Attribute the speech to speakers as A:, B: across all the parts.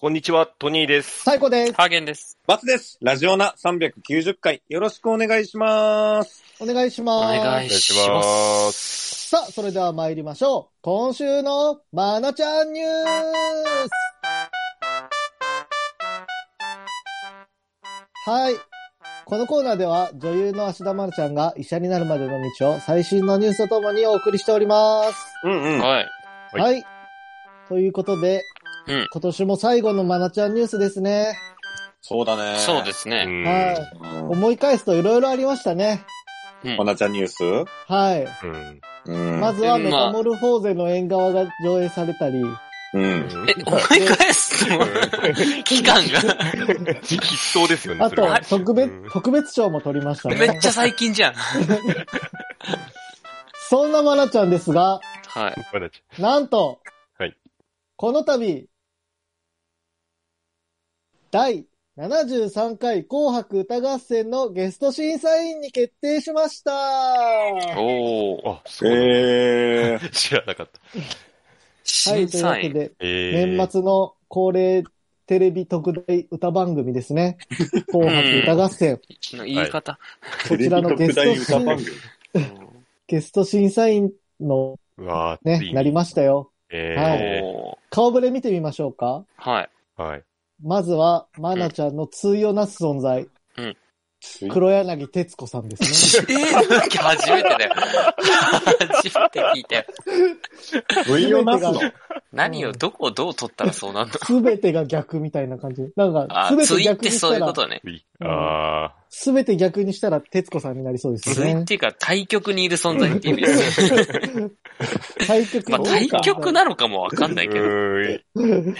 A: こんにちは、トニーです。
B: 最高です。
C: ハーゲンです。
D: バツです。ラジオナ390回、よろしくお願いします。
B: お願いします。
C: お願いしま。
A: お願いします
B: さあ、それでは参りましょう。今週のまなちゃんニュースはい。このコーナーでは女優の芦田愛菜ちゃんが医者になるまでの道を最新のニュースとともにお送りしております。
D: うんうん。
C: はい。
A: はい
B: はい。ということで、
C: うん
B: 今年も最後のまなちゃんニュースですね。
D: そうだね。
C: そうです
A: う
C: ね。
A: ん
B: はい。
D: うん。
B: 思い返すと色々ありましたね。
C: うん
D: おなちゃんニュース
B: はい。
A: うん
D: うん。
B: まずは
C: うん
B: メタモルフォーゼの縁側が上映されたり、
D: うん。
C: え、思い返す の期間が。
A: 筆頭ですよね、
B: あ
A: それ
B: と
A: は。
B: 特別
A: うん、
B: 特別賞も取りました
C: めっ
B: ね。
C: ちゃ最近じゃん。
B: そんなマナちゃんですが、
C: はい。
A: まだち
B: なんと、
A: はい
B: この度、第73回紅白歌合戦のゲスト審査員に決定しました。
C: おー。
A: あ、そうなんだ
D: えー。
A: 知らなかった。
B: はい、
C: 審
B: というわ
C: 査
B: け
C: 員。
B: で、
A: えー、
B: 年末の恒例テレビ特大歌番組ですね。紅白歌合戦。
C: の言い方。
B: こちらのゲスト
D: テレビ特大歌番
B: 審
D: 組
B: ゲスト審査員の
A: うわーつい
B: ね、
A: に
B: なりましたよ。
A: え
C: おー。
B: 顔ぶれ見てみましょうか。
C: はい。
A: ー、はい。
B: まずは、まなちゃんの通用なす存在、黒柳徹子さん ですね。
C: えー、初めてだよ。初めて聞いたよ。
D: V をなすの
C: 何を、どこをどう取ったらそう なんの
B: すべてが逆みたいな感じ。なんか
C: あ、、
B: すべ
C: ツ
B: て
C: イっ
B: 逆
C: て
B: にし
C: そう
B: た
C: いうこ
B: ら、
C: とね。
B: うん
A: あ
B: すべて逆にしたら徹子さんになりそうです
C: ツイ
B: ね
C: っ。ていうか、対局にいる存在って意味ですね。
B: 対局、
C: まあ、対局なのかもわかんな
A: ー。
C: いけど。
A: うーん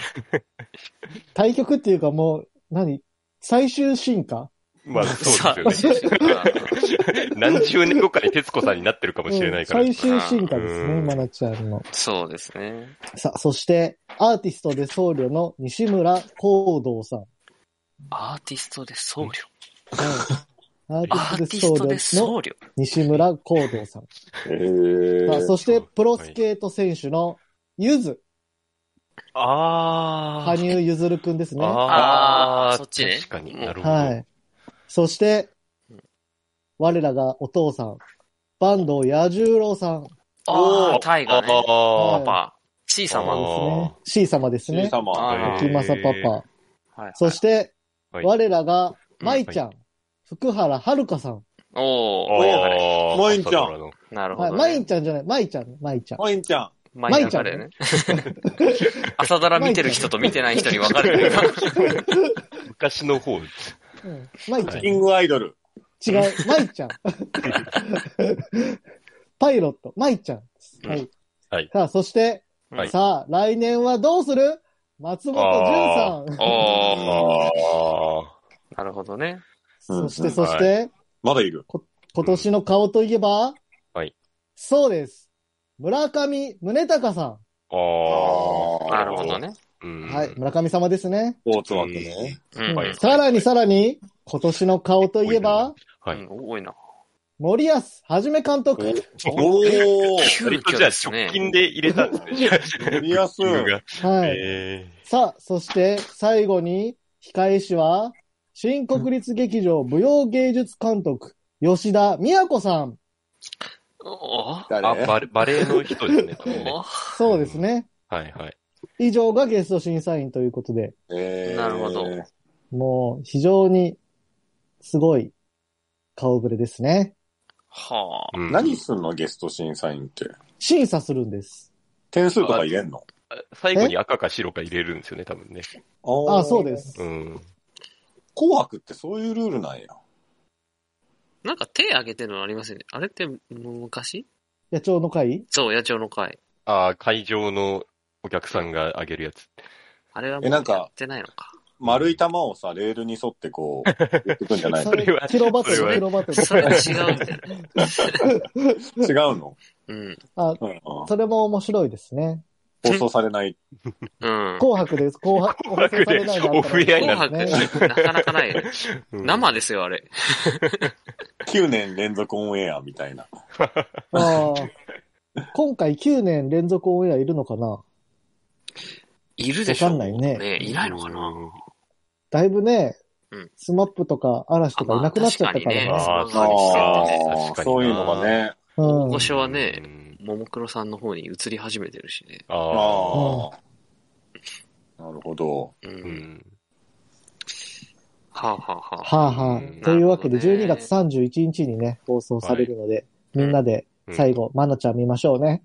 B: 対局っていうかもう、何最終進化
A: まあ、
C: さ
A: そう
C: あ
A: ですよね。何十年後かに徹子さんになってるかもしれないから。
B: うん最終進化ですね、
A: うん
B: まなちゃんの。
C: そうですね。
B: さあ、そして、アーティストで僧侶の西村光道さん。
C: アーティストで僧侶。
B: うんアーテ
C: ア
B: ィ
C: ーティ
B: ス
C: ス
B: ト
C: ト
B: で
C: で
B: 僧侶
C: 僧
B: の
C: 侶。
B: 西村光道さん。
D: えー
B: さあそして、
A: そう
B: プロスケート選手のゆず、
A: あ
B: 羽
A: ー。
B: 生結弦くんですね。は
A: あ
C: あーそっちね
A: 確かに。なるほど。
B: い。そして、我らがお父さん、坂東彌十郎さん
C: ああ、タイガーね。
A: あ
B: ー
C: パパ。C
A: あー
C: 様。
B: ですね。C 様です
D: じい
B: ね。
D: さま。
C: あ
B: 秋政パパ。
C: はい。
B: そして、
A: はい
B: 我らが舞ちゃん、福原遥さん。
A: あー
C: おー。
A: あー。
D: マインちゃ
A: 朝
D: ん
A: ドラの
C: なるほ
B: はい、
C: ど、ね
B: 舞。ちゃんじゃない、舞ちゃん、舞ちゃん。
D: ポインちゃ
C: マ
B: イちゃん
C: だよね。 朝ドラ見てる人と見てない人に分かれ てるな。
A: 昔の方。
B: うん、舞ちゃん
D: ん。。キングアイドル。
B: 違う、舞ちゃん。パイロット、舞ちゃんです。
C: うん
B: はい。
A: はい
B: さあ、そして、
A: はい
B: さあ、来年はどうする松本潤さん。
C: おー。
D: ああ。
A: ああ。
C: なるほどね。
D: ー
B: そして、そして、
D: まだいる。
B: 今年の顔といえば、
A: はい。
B: そうです。村上宗隆さ
A: あ
C: なるほど。ね。
A: あ。うん
B: ん。はい。。村上様ですね。
D: スポーツ枠ね。
C: う
A: は
C: ん。
A: い
B: うんさらにさらに、今年の顔といえば、
A: は
C: う
A: い
C: ん。多いな。
B: 森保はじめ監督。
D: おー。
C: 急
A: 割と
C: 遽
A: じゃあ
C: です
A: 直
C: ね。
A: 近で入れた んですね。
D: 見やすい。
B: はい。
A: え
B: さあ、そして最後に、控え師は、新国立劇場舞踊芸術監督、吉田美也子さん。
C: おー。
A: ー、あ
D: 誰
A: バレ、バレーの人ですね。多 分ね
C: おー
B: そうですね。
A: はいはい。
B: 以上がゲスト審査員ということで、
D: えー
C: なるほど
B: もう非常にすごい顔ぶれですね。
C: はあ。
A: うん
D: 何すんのゲスト審査員って。
B: 審査するんです。
D: 点数とか入れんの
A: 最後に赤か白か入れるんですよね、多分ね。
D: あ。
B: あ、そうですす
A: う。ん。
D: 紅白ってそういうルールなんや。
C: なんか手挙げてるのありませんね。あれって昔
B: 野鳥の会
C: そう、野鳥の会。
A: ああ、会場のお客さんがあげるやつ。
C: あれはもう
D: え
C: や
D: なん
C: っ
D: か
C: てないのか。
D: 丸い玉をさ、レールに沿ってこう、打ってくんじゃない
B: そ
D: の
B: れ
A: それは
B: キロバト
A: それ
B: ル、
A: は
B: キロバト
C: それ
B: ル。
C: は違うんだよね。
D: 違うの、
C: うん。
B: あ、
D: うんうん放
B: それも面白いですね。
D: 送されない。
C: うん。
B: 紅白です。紅白、
A: 紅白で
B: 放送されないのあったら
C: 紅白、なかなかないよね。
A: うん
C: 生ですよ、あれ。
D: 9年連続オンエアみたいな。
B: ああ。今回9年連続オンエアいるのかない
C: いるでしょ
B: わかんないね
C: いないのかな
B: だいぶね
C: うん、
B: スマップとか嵐とかいなくなっちゃったからね。
C: ま
A: ああ、そう
C: あ
A: です
C: あ
A: ね
D: ー
A: 確かにな
D: そういうのが。ね。
B: うん。
C: 今年はね
A: う、ん
C: ももクロさんの方に移り始めてるしね。
D: あ
A: ああ。
D: あ。なるほど。
C: う。
A: うんん。
C: はあはあはあ。
B: はあは
A: うん
B: あ。というわけで、
C: なるほ
B: 12
C: どね
B: 月31日にね、放送されるので、みんなで最後、まなちゃん見ましょうね。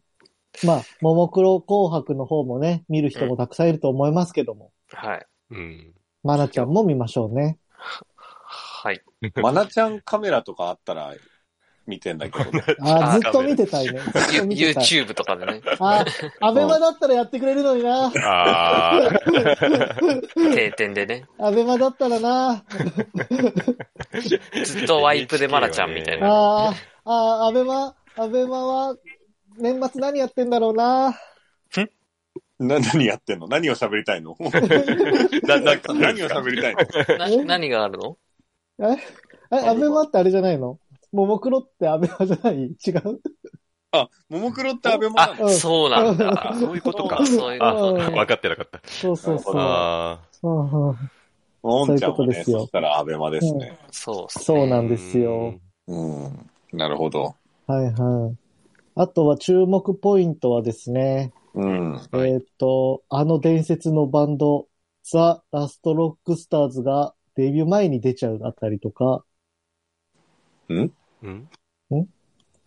B: まあ、ももクロ紅白の方もね、見る人もたくさんいると思いますけども、
C: はい。
A: うん。
B: まなちゃんも見ましょうね。
C: はい。
D: まなちゃんカメラとかあったら見てんだけどね。
B: あ
A: あ
B: ーずっと見てたいね。ずっと見てたい。
C: YouTube と かでね、
B: あー、アベマだったらやってくれるのにな。
A: ああ。
C: 定点でね、
B: アベマだったらな。
C: ずっとワイプでマラちゃんみたいな。
B: あー、あー、アベマ、アベマは、年末何やってんだろうな。
D: な、何やってんの何を喋りたいの
A: な、な、
D: 何を喋りたいの
C: な何があるの
B: え、アベマってあれじゃないのももクロってアベマじゃない違う
D: あ、ももクロってアベマな
C: あ
B: う
D: の、
B: ん
C: そうなんだ。
A: あ そういうこと か。
C: そういうこと
B: うん
C: ね。
A: 分かってなかった。
B: そうそうそう。
A: あ
B: うんうん
D: おんちゃん
B: そう
D: は
B: いうことで
D: ね、
B: すよ
D: そしたらアベマですね。
C: そうっすね
B: そう
A: あ。
B: なんですよ。
D: うん。なるほど。
B: はいはい。あとは注目ポイントはですね、
D: うん。
A: はい
B: えーっと、あの伝説のバンド、ザ・ラストロックスターズがデビュー前に出ちゃうあたりとか、
A: うん。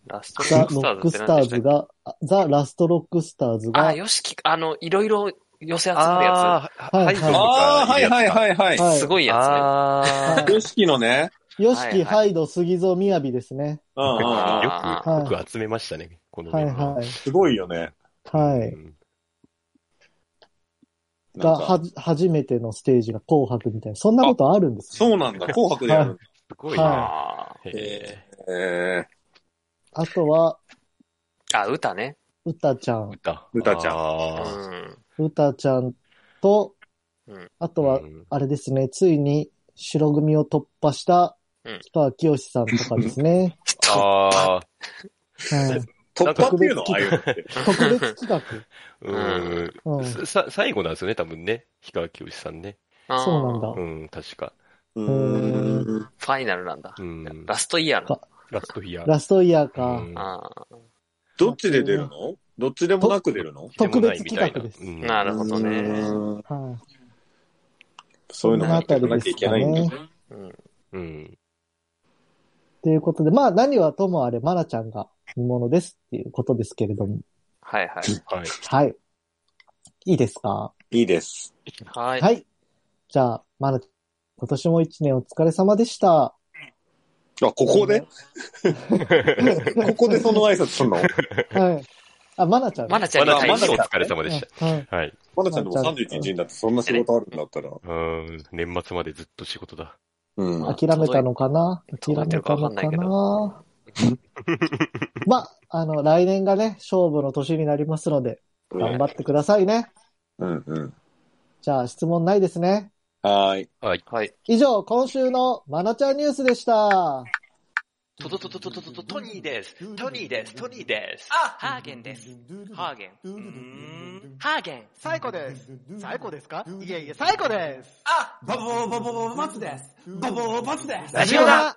C: ラスト
B: ザ・
C: ロ
B: ロ
C: ッ
B: ッ
C: ク
B: ク
C: ス
B: ス
C: タ
B: タ
C: ー
B: ー
C: ズ
B: ズ
C: って何でしたっ
B: が、あザ・ラストロックスターズ
C: けあ、
B: が、
C: よしき、あの、いろいろ寄せ集めるや
A: ああ、
B: はい
A: ハイドと
D: ああ、
A: か
D: はい
A: るやつか
D: はいはいはい。
B: は
C: つ。
B: い
C: すごいや
A: あ
B: は
A: あ
B: い。
D: よしきのね。
B: ヨシ
C: はい
B: キ、
C: はい
B: ハイド、杉蔵、みやびですね。
D: うんうんうん。
A: よ
B: はい
A: く、よく集めましたね、この
B: はいは
D: すごいよね。
B: い。はい。が、
D: なんか
B: はじ、初めてのステージが紅白みたいな。そんなことあるんですね
D: そう なんだ。紅白でやるんだ。
A: すごい
C: つね。
B: は
A: な。
C: あ
A: へえ
D: え
B: あとは、
C: ーあ、歌ね。
B: うたちゃん。
A: 歌。
D: 歌ちゃん
C: う
A: あー
C: ん。
B: うたちゃんと
C: うん、
B: あとは
A: う、ん
B: あれですね、ついに白組を突破した
C: うん、
B: 北川清さんとかですね。
A: ああ、
B: はい
D: ー、突破っていうのああ いうのって。
B: 特別企画。
A: うん。
B: うん、
A: ささ最後なんですよね、多分ね。氷川きよしさんね。
C: あー
B: そうなんだ。
A: うん、確か。
D: う
B: ー
D: ーん。
C: ファイナルなんだ
A: う。ん。
C: ラストイヤーなんだ
A: ラストヒア。
B: ラストイヤーか。
A: うん
C: あ
D: どっちで出るのどっちでもなく出るの
B: 特別企画です
A: でも
C: ーな
A: ないみたいな
C: るほどね。
D: うん
B: はい。
D: そういうのもやっていかなきゃいけないんだ
B: この辺りです
D: ね。
C: うん。
A: うんうん。
B: ということで、まあ何はともあれ、まなちゃんが見物ですっていうことですけれども。
C: はいはい。
A: はい。
B: はい。いいですか
D: いいです。
C: はい。
B: はい。じゃあ、まなちゃん、今年も一年お疲れ様でした。
D: あ、ここ でここでその挨拶するの
B: はい。あ、まなちゃん。
C: マナちゃん
A: ま
C: に
A: だ
C: 対
A: 大
C: し
A: 変
C: て
A: お疲れ様でし
B: うんはい。
A: た。はい。
D: まなちゃんでも31日になってそんな仕事あるんだったら。
A: うん。年末までずっと仕事だ。
D: うん。
C: まあ
B: 諦めたのかな諦
C: 届い
B: め
C: てるか
B: たの
C: 分かん
B: か
C: ないけど
B: なまあ、あの、来年がね、勝負の年になりますので、頑張ってくださいね。
D: うんうん。
B: じゃあ、質問ないですね。
D: はーい。
A: はい。
C: はい。
B: 以上、今週のまなちゃんニュースでした。
E: トトトトトトトトトニーです。トニーです。トニーです。
F: あ、ハーゲンです。
E: ハー
F: ゲン。
E: ゲン。うーん。
F: ハーゲン。
G: 最高です。最高ですかいえいえ、最高です。
F: あ、バボーバボーバボバツです。バボーバツです。
C: ラジオだ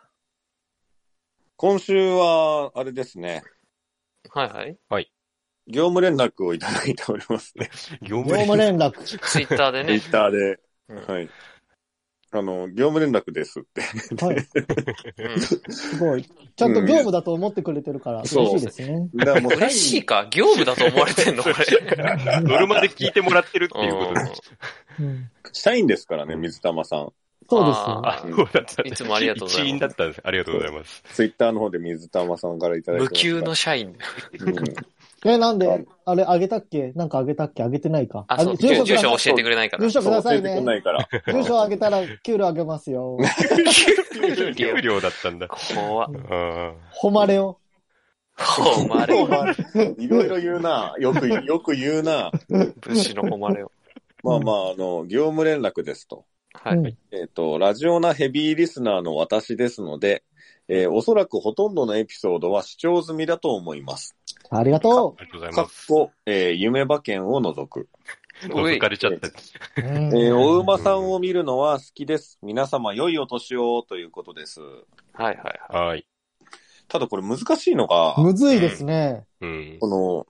D: 今週は、あれですね。
C: はいはい。
D: 業務連絡をいただいておりますね。
A: 業
B: 業務連絡。
C: ツイッターで
D: ツイ
C: ね。
D: ッターで。
C: うん
D: はい。あの、業務連絡ですって。
B: はい。
C: う。
B: すごい。ちゃんと業務だと思ってくれてるから、
D: そう
B: 嬉しいですね。
D: だからもうん
C: 嬉しいか業務だと思われてんのこれ。
A: ノルマで聞いてもらってるっていうことで。
B: うん
D: 社員ですからね、水玉さん。
B: そうですよ。
C: あ
A: あ、
C: ー
A: そうだったんだ
C: いつもありがとうございます
A: 一員だったんです。ありがとうございます。
D: ツイッターの方で水玉さんからいただいて
C: 無
D: ます
C: 給
D: が。
C: の社員。
D: うん
B: え、なんで、あれ、あげたっけなんかあげたっけあげてないか。
C: あ、そう、
B: げ
C: 住所
B: ください
C: 教えてくれないから
B: 住。所ください
D: そう教え
B: ね
D: てくん。ないから。
B: 住所あげたら、給料あげますよ。
C: 給料
A: 給料だったんだ。
C: 怖っ。
A: あ
B: 誉れを。
C: 誉れ
D: お
C: を。
D: 前いろいろ言うな。よく、よく言うな。
C: 武士の誉れを。
D: まあまあ、あの、業務連絡ですと。
C: は
B: う
C: い。
B: ん
D: えっ、と、ラジオなヘビーリスナーの私ですので、えーおそらくほとんどのエピソードは視聴済みだと思います。
B: ありがと
A: ありがとうござい
D: かっ
A: ます。
D: こ、えー夢馬券を除く。
A: こう浮かれちゃった。
B: うん
D: えー、お馬さんを見るのは好きです。皆様、良いお年をということです。
C: はいはいはい。
A: はい。
D: ただこれ難しいのが、
B: むずいですね。
A: うん。
D: こ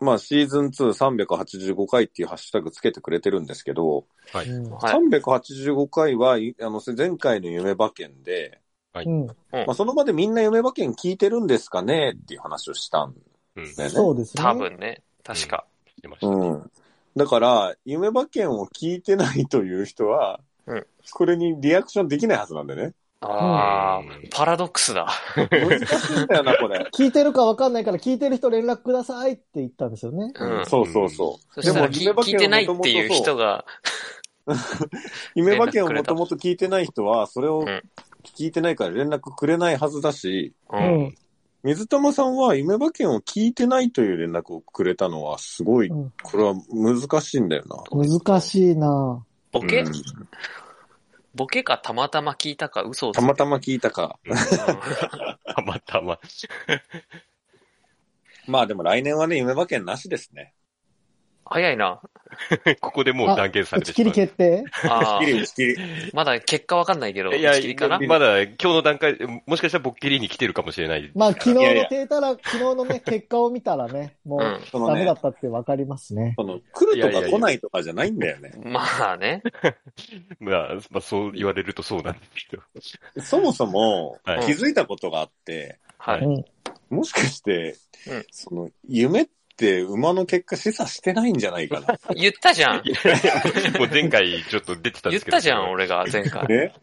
D: の、まあ、シーズン2 385回っていうハッシュタグつけてくれてるんですけど、
A: はい
B: うん
C: はい。
D: 385回は、いあの、前回の夢馬券で、
B: うん
D: まあ、その場でみんな夢馬券聞いてるんですかねっていう話をしたん
A: うん。
D: だよね。
B: そうですね。
C: 多分ね。確か。
A: してましたね
D: うん。だから、夢馬券を聞いてないという人は、
C: うん
D: これにリアクションできないはずなんでね。
C: ああ
A: うん、
C: パラドックスだ。
D: 難しいんだよな、これ。
B: 聞いてるかわかんないから聞いてる人連絡くださいって言ったんですよね。
C: うん。
D: そうそうそう。
C: そしたら
D: でも
C: 聞
D: 夢馬
C: 聞いてない
D: 券
C: っ
D: はもともとそう
C: ていう人が、
D: 夢馬券をもともと聞いてない人は、それを
C: うん
D: 聞いてないから連絡くれないはずだし、
C: う。
B: うんん。
D: 水玉さんは夢馬券を聞いてないという連絡をくれたのは、すごい、
B: うん
D: これは難しいんだよな。
B: 難しいな
C: ボケ
D: うん
C: ボケかたまたま聞いたか嘘をつ
D: た
C: く
D: またま聞いたか。
A: たまたま。
D: まあでも来年はね、夢馬券なしですね。
C: 早いな。
A: ここでもう断言さ
B: 打
A: れて
B: ち切り決定
C: あ
D: 打ち切り
C: ー
D: 打ち切り。
C: まだ結果わかんないけど、打
A: いや
C: ち切りかな。
A: まだ今日の段階、もしかしたらボッキリに来てるかもしれない。
B: まあ昨日の
D: いやいや
B: データら、昨日のね、結果を見たらね、も
C: う。
B: うん
D: その
B: ダメだ
D: ね
B: っ、たってわかりますね。
D: その来る
A: いや
D: と
A: いや
D: か
A: いや
D: 来ないとかじゃないんだよね。
C: まあね。
A: まあ、まあ、そう言われるとそうなんですけど。
D: そもそも
A: はい
D: 気づいたことがあって、
C: は
A: う
C: い。
B: うん。
D: もしかして、
C: うん
D: その夢って馬の結果示唆してないんじゃないかな。
C: 言ったじゃん。
A: もう前回ちょっと出てたん
C: 言
A: で
C: っ
A: すけど。
C: たじゃん、俺が前 回。
D: ね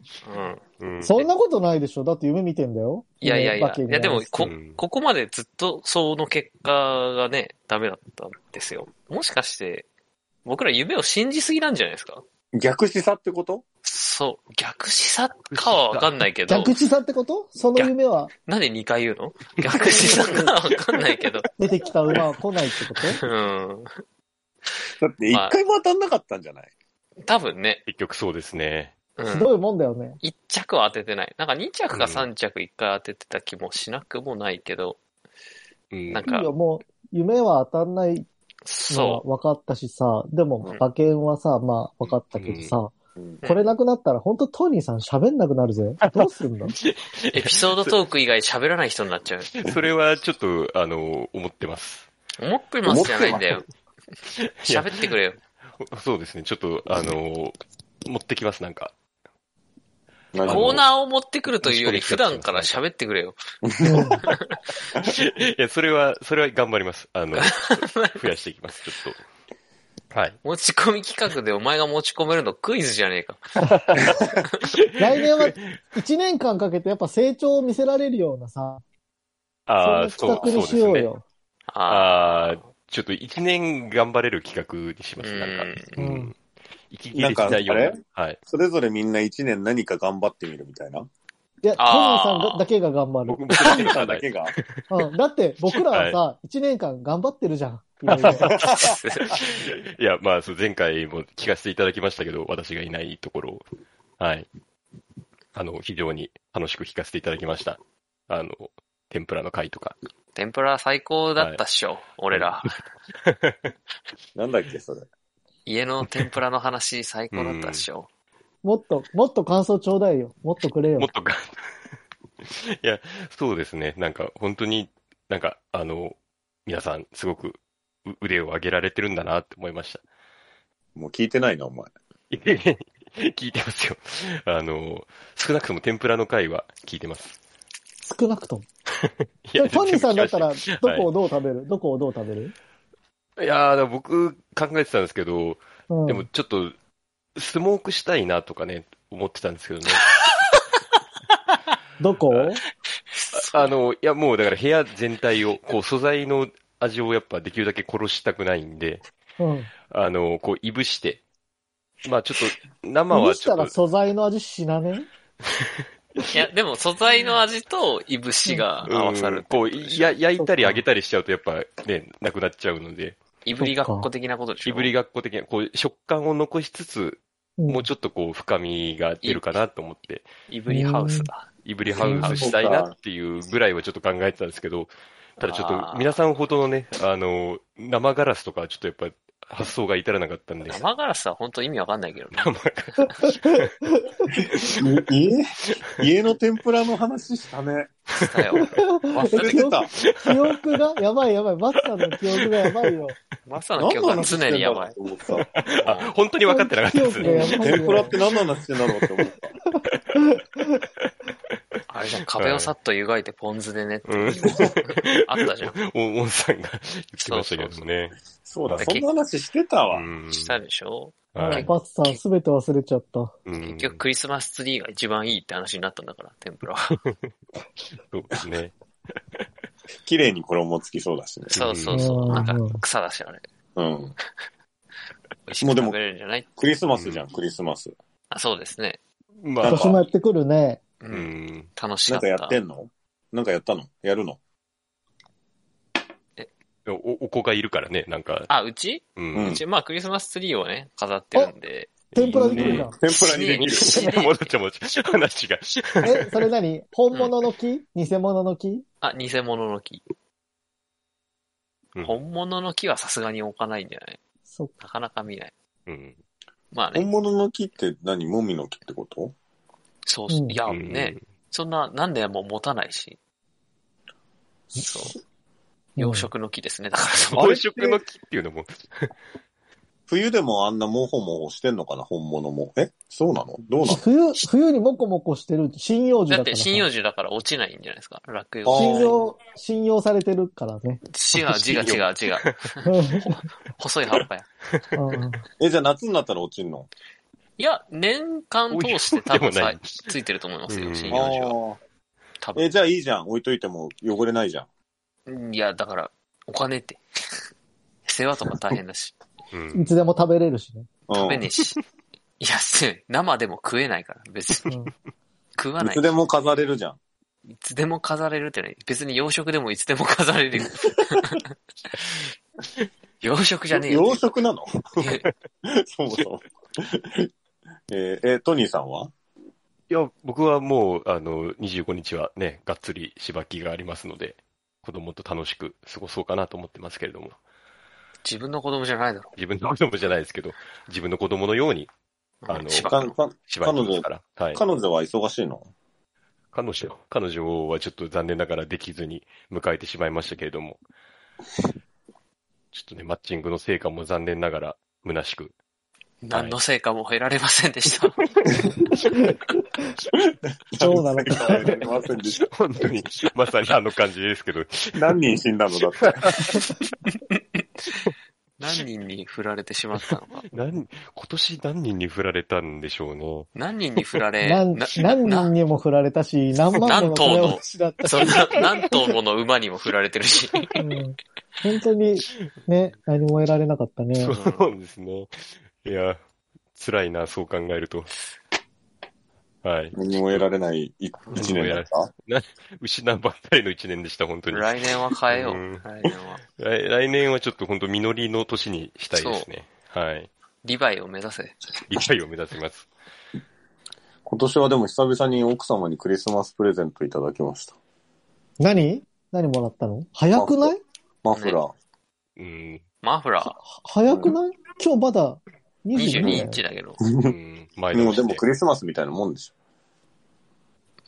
C: うん。
A: うん。
B: そんなことないでしょだって夢見てんだよ。
C: いやいやい
B: バ
C: や。
B: ケ
C: い
B: に
C: やでも、こ
A: うん、
C: ここまでずっとその結果がね、ダメだったんですよ。もしかして、僕ら夢を信じすぎなんじゃないですか
D: 逆示唆ってこと
C: そう。逆視差かはわかんないけど
B: 逆、地さってことその夢は
C: なんで2回言うの逆視差かはわかんないけど。
B: 出てきた馬は来ないってこと
C: うん。
D: だって一回も当たんなかったんじゃない、
C: 多分ね。
A: 結局そうですね。
C: う
B: ひ
C: ん。
B: どいもんだよね。
C: 1着は当ててない。なんか2着か
A: うん
C: 3着1回当ててた気もしなくもないけど、
A: うん
C: なん
B: いい
C: か
B: よ、、もう、夢は当たんないのは
C: そ
B: 分かったしさ、でも
C: うん
B: 馬券はさ、まあ分かったけどさ、
D: うん
B: これなくなったら本当トニーさん喋んなくなるぜ。どうす んの
C: う。エピソードトーク以外喋らない人になっちゃう。
A: それはちょっと、あの、思ってます。
C: 思ってますじゃないんだよ。 喋ってくれよ。
A: そうですね。ちょっと、あの、持ってきます、なん か。
D: 何
C: コー
D: ー
C: ナーを持ってくるというより、普段から喋ってくれよ。
A: いや、それは、それは頑張ります。 あの、増やしていきます、ちょっと。はい。
C: 持ち込み企画でお前が持ち込めるのクイズじゃねえか。
B: 来年は1年間かけてやっぱ成長を見せられるようなさ、
A: ああ、
B: そ
A: そ
B: んな
A: う、
B: 企
A: そうで
B: 画にし
A: す
B: よう
A: ね。
B: よ。
C: ああ。
A: ああ、ちょっと一年頑張れる企画にします、なんか。
B: うん。
A: 息切れしないよう
D: なん
A: な
D: か。
A: はい。
D: それぞれみんな一年何か頑張ってみるみたいな。
B: いや、トニー
C: あー
B: さんだだけが頑張る。
A: 僕、僕だけ
D: さ
A: だ
D: んだけが。
B: うん、だって僕らはさ、1年間頑張ってるじゃん。いろいろ
A: いや、まあ、そう、前回も聞かせていただきましたけど、私がいないところをはい。あの、非常に楽しく聞かせていただきました。あの、天ぷらの回とか。
C: 天ぷら最高だったっしょ、俺ら。
D: なんだっけ、それ。
C: 家の天ぷらの話最高だったっしょ。
B: もっと、もっと感想ちょうだいよ。もっとくれよ
A: もっ。とか。 いや、そうですね。なんか、本当に、なんか、あの、皆さん、すごくう腕を上げられてるんだなって思いました。
D: もう聞いてないな、お前。
A: いやいや聞いてますよ。あの、少なくとも天ぷらの回は聞いてます。
B: 少なくとも。
A: いや、
B: トニーさんだった
A: 全
B: ら、どこをどう食べる、どこをどう食べる
A: 部聞かせていやー、だから僕考えてたんですけど、
B: うん。
A: でもちょっと、スモークしたいなとかね、思ってたんですけどね。
B: どこを
A: あの、いや、もうだから部屋全体を、こう、素材の味をやっぱできるだけ殺したくないんで、
B: うん。
A: あの、こう、いぶして。まあちょっと、生
B: ま
A: は
B: あ、し
A: ち
B: た
A: ょっ
B: ら
A: と、
B: 素材の味死なね
C: いや、でも素材の味といぶしが合わさ
A: うん
C: る。
A: こう、や、焼いたり揚げたりしちゃうとやっぱね、なくなっちゃうので、
C: いぶりがっこ的なことでしょ。
A: いぶりがっこ的な、こう、食感を残しつつ、
B: うん
A: もうちょっとこう、深みが出るかなと思って、
C: いぶりハウスだ。
A: いぶりハウスしたいなっていうぐらいはちょっと考えてたんですけど、ただちょっと、皆さんほどのね、あの、生ガラスとかはちょっとやっぱ、発想が至らなかったんで。
C: 生ガラスは本当意味わかんないけどね。
D: 家、家の天ぷらの話したね。
C: したよ。
D: 忘れてた。
B: 記憶が、やばいやばい、バッサの記憶がやばいよ。
C: マサの記憶は常にやばい。
D: 何の話してんだろうって思っ
A: あ、本当に分かってなかったです
B: 記憶が
A: ね。
B: や
D: た
B: ばいよ
D: 天ぷらって何の話してんだろうって思った。
C: あれじゃん、壁をさっと湯がいてポン酢でねって
A: うん。
C: あったじゃん。
A: お、お んさんが言ってましたけどもね。
D: そうだ、そんな話してたわ。
A: うん
C: したでしょ
A: はい。
B: バッサンすべて忘れちゃった。
A: うん
C: 結局クリスマスツリーが一番いいって話になったんだから、天ぷらは。
A: そうですね。
D: 綺麗に衣つきそうだしね。
C: そうそうそう。
B: うん
C: なんか草だし、あれ。
D: うん。
C: 美味しく食べれるんじゃない
D: クリスマスじゃん、クリスマス。
C: あ、そうですね。
A: ま
D: なん
A: あ
D: か、
B: 私もやってくるね。
C: う。
A: うんん。
C: 楽し
D: な
C: か
D: ん
C: っ。
D: かやったてんのなんかやったのやるの
A: お、お子がいるからね、なんか。
C: あ、うち
A: う
D: うん
A: ん
C: う。ち、まあクリスマスツリーをね、飾ってるんで。
B: 天ぷらできるじゃん。
D: 天ぷらにできる。
C: 死ね
A: もうちょもちょ、話が。
B: え、それ何本物の木偽物の木
C: あ、偽物の木
A: うん。
C: 本物の木はさすがに置かないんじゃない
B: そっか。
C: なかなか見ない。
A: うん。
C: まあね
D: 本。物の木って何もみの木ってこと
C: そうし、
B: うん
C: いや、
A: うん
C: ね、そんな、なんでもう持たないし。そう。養殖の木ですね。だからその
A: 本職の木っていうのも、
D: 冬でもあんなモホモホしてんのかな本物も。えそうなのどうなの
B: 冬、冬にモコモコしてる針葉樹だ
C: だ
B: から
C: って
B: さ。
C: 針葉樹だから落ちないんじゃないですか。落
D: あー
C: 葉。
B: 信用、信用されてるからね。
C: 違う、違う、違う、違う。細い葉っぱや。
B: うん
D: え、じゃあ夏になったら落ちんの
C: いや、年間通して多分
A: でもな
C: さ
A: い
C: ついてると思いますよ、
A: うん
C: 針
D: あ
C: 葉樹は。多
D: ーえ、じゃあいいじゃん。置いといても汚れないじゃん。
C: 分。いや、だから、お金って。世話とか大変だし、
A: う
B: い
A: ん。
B: つでも食べれるしね。
D: うん
C: 食べねえし。いや、生でも食えないから、別に。
B: うん
C: 食わ
D: い
C: ない
D: つ。でも飾れるじゃん。
C: いつでも飾れるってね、別に洋食でもいつでも飾れるよ。洋食じゃねえ
D: 洋
C: よ。
D: 食なのそもそも。えーえトニーさんはい
A: や、僕はもう、あの、25日はね、がっつりしばきがありますので、子供と楽しく過ごそうかなと思ってますけれども、
C: 自分の子供じゃないだろ。
A: 自分の子供じゃないですけど、自分の子供のように、あの
C: しば
D: か
C: くの
D: か
A: しばきですから。はい。
D: 彼女は忙しいの
A: 彼女、彼女はちょっと残念ながらできずに迎えてしまいましたけれども、ちょっとね、マッチングの成果も残念ながら虚しく、
C: 何の成果も得られませんでした。
B: そうなの
D: か。帰れませんでし
A: 本当に、まさにあの感じですけど、
D: た何人死んだのだって。
C: 何人に振られてしまったのか。
A: 何、今年何人に振られたんでしょうね。
C: 何人に振られ、
B: 何
C: な
B: 何人にも振られたし、何万もの金持ちだったし。
C: そんな何頭もの馬にも振られてるし。
B: うん本当に、ね、何も得られなかったね。
A: そうですね。いや、辛いな、そう考えると。はい。
D: 何も得られない一一年だった
A: 失うばっかりの一年でした、本当に。来
C: 来年は変えよ
A: う
C: う。
A: ん
C: 来年は。
A: 来年はちょっと本当実りの年にしたいですね。はい。
C: リヴァイを目指せ。
A: 理解を目指せます。
D: 今年はでも久々に奥様にクリスマスプレゼントいただきました。
B: 何何もらったの早くない
D: マフラー。
A: うん。
C: マフラー
B: 早くない今日まだ22だ
C: 22イ
B: よ
C: ンチだけど。
A: うん、前
D: で
A: 倒
D: も
A: し
D: でもクリスマスみたいなもんでしょ。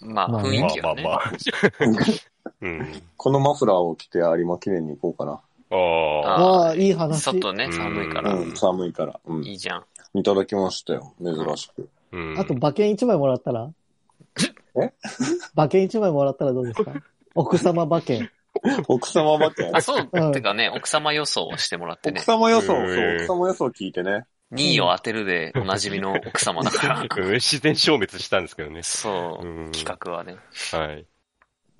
C: ま
B: まあ
C: あ雰
B: リ
C: 囲
A: ま
C: 気
A: あ
C: は
A: まあ
C: ね。
A: まあ。うん。
D: このマフラーを着て有馬記念に行こう
A: ああ。
B: ああ、いい話。
C: 外ね、寒いか
D: かな。
C: ら
D: う。ん、寒いから。うん。
C: いいじゃん。
D: いただきましたよ。珍しく。
A: うん。
B: あと、馬券1枚もらったら
D: え
B: 馬券1枚もらったらどうです か奥様馬券。
D: 奥様ばっかり
C: あ、そう、
B: うん
C: てかね、奥様予想をしてもらって
D: 奥
C: ね、
D: 様予想、そう、
A: へー
D: 奥様予想聞いてね。
C: 2位を当てるでおなじみ の奥様だから、
A: うん自然消滅したんですけどね。
C: そうう、
A: ん。
C: 企画はね。
A: 画。はい。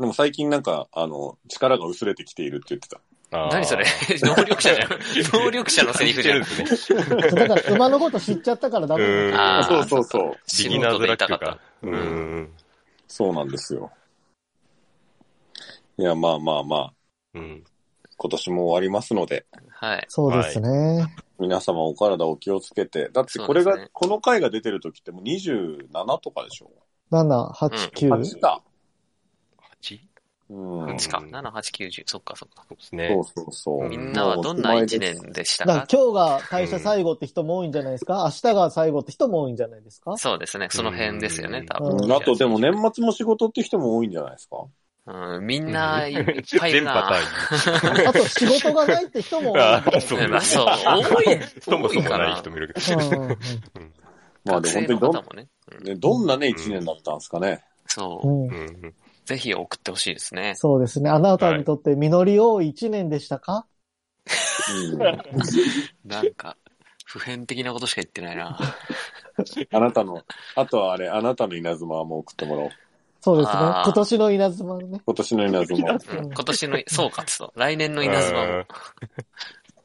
D: でも最近なんか、あの、力が薄れてきているって言ってた。
A: あー
C: 何それ 能力者じゃん。能力者のセリフ じゃん。
A: 知ってるんですね。
B: だから、馬のこと知っちゃったからダメだ
A: うん
B: よ。
C: あー
D: そうそうそう。
A: ビ
C: 仕
A: ギナー
C: 事
A: ズラ
C: で言
A: ッ
C: いたか
A: ク
C: った
A: か。。うん。
D: そうなんですよ。いや、まあまあまあ、
A: うん。
D: 今年も終わりますので、
C: はい。
B: そうですね。
D: 皆様お体お気をつけて。だってこれ
C: そう
D: が、
C: ですね
D: この回が出てる時ってもう27とかでしょ
B: 7、8、9。
D: ?8 か。
A: 8?
D: うん。
C: こっちか。
A: うん
C: 7、8、90。そっかそっか。
A: そうですね。
D: そうそうそう。
C: みんなはどんな一年でした
B: だから
C: か
B: 今日が会社最後って人も多いんじゃないですか明日が最後って人も多いんじゃないですか
C: そうですね。その辺ですよ
A: う
C: ね
A: ん、
C: 多
D: う
C: 分。
D: んあとでも年末も仕事って人も多いんじゃないですか
C: うん、みんないっぱいいる
A: 全パタ
C: な。
A: ー
B: あと仕事がないって人も多い
A: ン。
B: んじゃ
A: あ
B: ないで
A: あ、
B: す
A: そ
B: か
A: う
C: ねまあ そう多い
A: そもそ
C: 多
A: も
C: いかな
A: ない人もいるけど。
B: うんうんうん
D: まあでも
C: 学生の
D: 本当にどん,、
C: 方もね。うん
D: ね、どんなね一年だったんですかね。
C: そうう。
B: ん
A: うんうん
C: ぜひ送ってほしいですね。
B: そうですね。あなたにとって実り多い一年でしたか、
D: うん、
C: なんか、普遍的なことしか言ってないな。
D: あなたの、あとはあれ、あなたの稲妻も送ってもらおう。
B: そうですね。
C: あー
B: 今年の稲妻のね。
D: 今年の稲 妻。
C: うん今年の総括と、来年の稲妻も。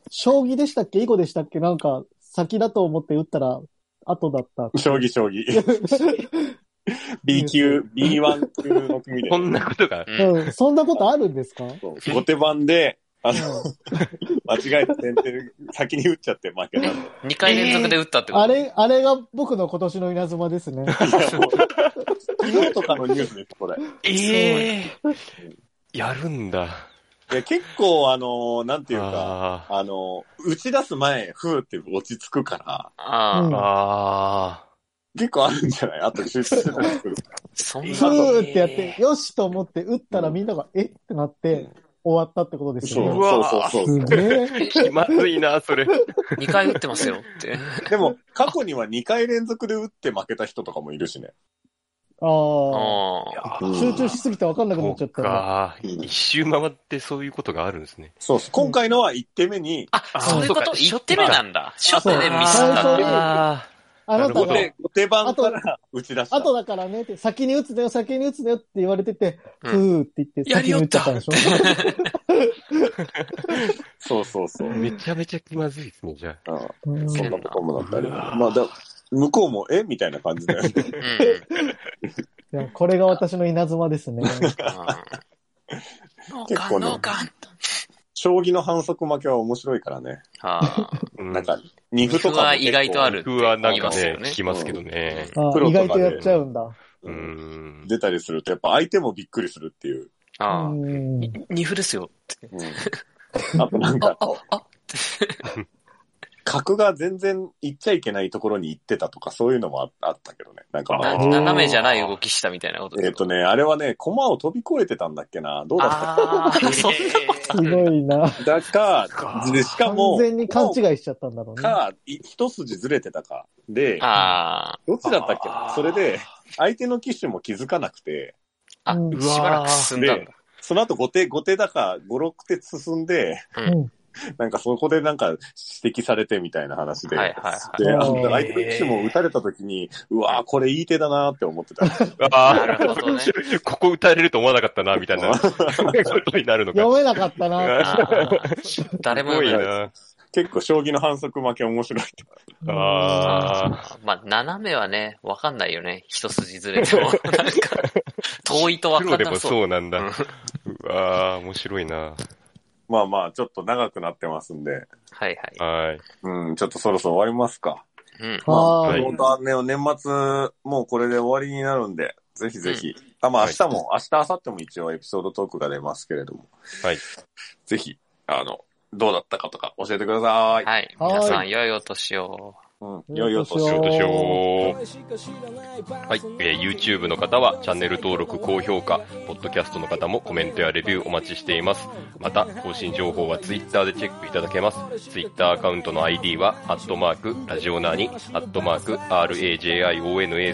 B: 将棋でしたっけ囲碁でしたっけなんか、先だと思って打ったら、後だった。
D: 将棋将棋。B 級、B1 級の組で
A: こ。んなことが、
C: うん
B: うん、そんなことあるんですか
D: そう後手番で、あの、間違えて先手、先に打っちゃって負けたんだ。
C: 二回連続で打ったってこと、
B: あれ、あれが僕の今年の稲妻ですね。
D: 昨日とかのニュースです、これ。
A: ええやるんだ。
D: いや、結構、あの、なんていうか、
A: あ
D: あの、打ち出す前、ふーって落ち着くから、
C: ああ、
B: うん
A: ーあ
D: 結構あるんじゃないあと集中してたりする。
C: そん
B: ふ
C: な、
B: ーってやって、よしと思って打ったらみんなが、えってなって、終わったってことです
D: そう
B: よね。
D: そうそうそう。
B: すげえ。
A: ー気まずいな、それ。
C: 二回打ってますよって。
D: でも、過去には2回連続で打って負けた人とかもいるしね。
B: あ
C: ああ。
B: あ。集中しすぎて分かんなくなっちゃ
A: そ
B: っ
A: う
B: たな。
A: か。
D: うん
A: 一周回ってそういうことがあるんですね。
D: そうそう。今回のは1手目に、
C: あ、そういうこ
A: そ
C: と
A: うか
C: 言ってるなんだ。
D: 初
C: 初
D: 手
C: 手
D: で
C: で
D: ミ
C: ミ
D: ス
C: ス
B: っ
C: ったた
B: ん
C: ん
B: だ
C: だ。
A: あ
B: あなた
A: なるほ
D: 後
A: ど
B: が、
D: 手、後手番から打ち出した。
B: 後だからねって、先に打つなよ、先に打つなよって言われてて、
C: う
B: ふ
C: ん
B: ーって言って、
C: や
B: 先
C: り
B: に
C: よ
B: 打
C: っ
B: っちゃ
C: た
B: ったでしょ。
D: そうそうそう。
A: ーめちゃめちゃ気まずいですね、じゃあ。
D: うん
B: うん
D: そんなこともなったり。まあ、だ向こうも、えみたいな感じだよね。
C: うん。
B: いやこれが私の稲妻ですね。
C: 農
D: 結
C: 家、
D: 構ね
C: 農家。
D: 将棋の反則負けは面白いからね。
C: ああ。
A: うん
D: なんか、二歩と
C: 二
D: かも結構
C: 歩は意外とある
A: 僕はなん
C: 言いま
A: か
C: す
A: ね
C: よ、ね
A: 聞きますけどね。
B: あ
D: プロ
B: 意
D: とか
B: 外と
D: で
B: やっちゃうんだ。
A: う
D: うん
A: ん。
D: 出たりすると、やっぱ相手もびっくりするっていう。
C: ああ。
B: うん
C: 二歩ですよ。
D: うんあとなん
C: あ
D: か、、
C: あ、あ、
D: 角が全然行っちゃいけないところに行ってたとか、そういうのもああったけどね。なんかまあ、
C: な
A: あー
C: 斜めじゃない動きしたみたいなこと
D: えっ、とね、あれはね、駒を飛び越えてたんだっけな。どうだった
C: ああ、そんなことあ
B: すご
C: る。
B: いな。
D: だか、でしか
B: 完
D: も、
B: 全に勘違いしちゃったんだろうね。
D: か、い一筋ずれてたか。で、
C: あ
D: どっちだったっけなそれで、相手の機種も気づかなくて、
C: あ、あ、
B: うん
C: しばらく進んだんだ。
D: その後5手、5手だか5、6手進んで、
B: うん
D: なんかそこでなんか指摘されてみたいな話で。
C: はいはいはい
D: で、あの
B: うん
D: 相手の機種も打たれた時に、うわーこれいい手だなーって思ってた。
A: あ
C: なるほどね。
A: あ、 ここ打たれると思わなかったな、みたいなことになるのか。
B: 読めなかったな。
C: あー誰
A: す
C: も
A: ごい
C: 読めない。
A: な。
D: 結構将棋の反則負け面白い。
A: ああ。
C: まあ、斜めはね、わかんないよね。一筋ずれ ても。なんか、遠いとわ
A: プ
C: か
A: ロ
C: ん
A: で
C: な
A: も
C: そう。
A: そうなんだ
C: うん。
A: うわー、面白いな。
D: まあまあ、ちょっと長くなってますんで、
C: はいはい。
A: はい。
D: うん、ちょっとそろそろ終わりますか。
C: うん。
D: まあ、
B: はい
D: 本当はね、年末、もうこれで終わりになるんで、ぜひぜひ。あ、まあ明日も、明日、明後日も一応エピソードトークが出ますけれども、
A: はい。
D: ぜひ、あの、どうだったかとか教えてくださ
C: は
D: い。
C: い。
B: はい
C: 皆さん、良いお年を。
D: うん、良いお年
B: 良いお
D: を
B: 年
A: よ
B: を。
A: し
H: は
A: ょー。
H: い、えー YouTube の方はチャンネル登録、高評価、ポッドキャストの方もコメントやレビューお待ちしています。
A: また、
H: また、
A: 更
H: 更
A: 新
H: 新
A: 情
H: 情
A: 報
H: 報
A: は
H: は
A: ツ
H: ツ
A: イ
H: イ
A: ッ
H: ッ
A: タ
H: タ
A: ー
H: ー
A: で
H: で
A: チ
H: チ
A: ェ
H: ェ
A: ッ
H: ッ
A: ク
H: ク
A: い
H: い
A: ただ
H: ただ
A: け
H: け
A: ま。
H: ますす。
A: ツ
H: ツ
A: イ
H: イ
A: ッ
H: ッ
A: ター
H: ター
A: ア
H: ア
A: カ
H: カ
A: ウ
H: ウ
A: ン
H: ン
A: ト
H: ト
A: の
H: の
A: ID
H: ID
A: は
H: は、、
A: アッ
H: アッ
A: ト
H: ト
A: マ
H: マ
A: ー
H: ー
A: ク
H: ク、、
A: ラ
H: ラ
A: ジ
H: ジ
A: オ
H: オ
A: ナ
H: ナ
A: ー
H: ー
A: に
H: に、、
A: アッ
H: アッ
A: ト
H: ト
A: マ
H: マ
A: ー
H: ー
A: ク
H: ク、
A: RAJIONA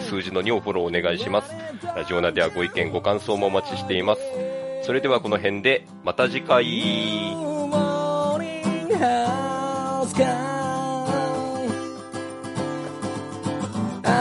H: RAJIONA
A: 数
H: 数
A: 字
H: 字
A: の
H: の
A: 2をフォローお願いします。ラ
H: ラ
A: ジ
H: ジ
A: オ
H: オ
A: ナ
H: ナ
A: で
H: で
A: はご
H: はご
A: 意
H: 意
A: 見
H: 見、
A: ご
H: ご
A: 感
H: 感
A: 想
H: 想
A: も
H: も
A: お
H: お
A: 待ち
H: 待ち
A: し
H: してて
A: い
H: い
A: ま
H: ますす。
A: そ
H: そ
A: れ
H: れ
A: では
H: では
A: こ
H: こ
A: の
H: の
A: 辺
H: 辺
A: で
H: で、
A: また次回。
H: Morning house sky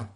H: な